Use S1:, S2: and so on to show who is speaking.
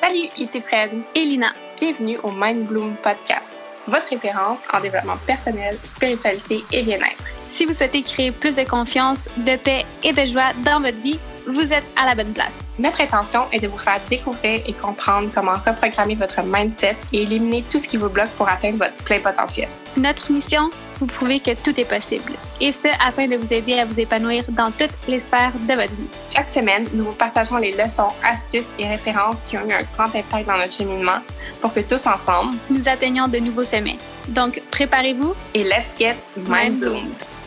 S1: Salut, ici Fred et Lina. Bienvenue au Mind Bloom Podcast, votre référence en développement personnel, spiritualité et bien-être.
S2: Si vous souhaitez créer plus de confiance, de paix et de joie dans votre vie, vous êtes à la bonne place.
S1: Notre intention est de vous faire découvrir et comprendre comment reprogrammer votre mindset et éliminer tout ce qui vous bloque pour atteindre votre plein potentiel.
S2: Notre mission, vous prouver que tout est possible. Et ce, afin de vous aider à vous épanouir dans toutes les sphères de votre vie.
S1: Chaque semaine, nous vous partageons les leçons, astuces et références qui ont eu un grand impact dans notre cheminement pour que tous ensemble
S2: Nous atteignons de nouveaux sommets. Donc, préparez-vous
S1: et let's get mind bloomed.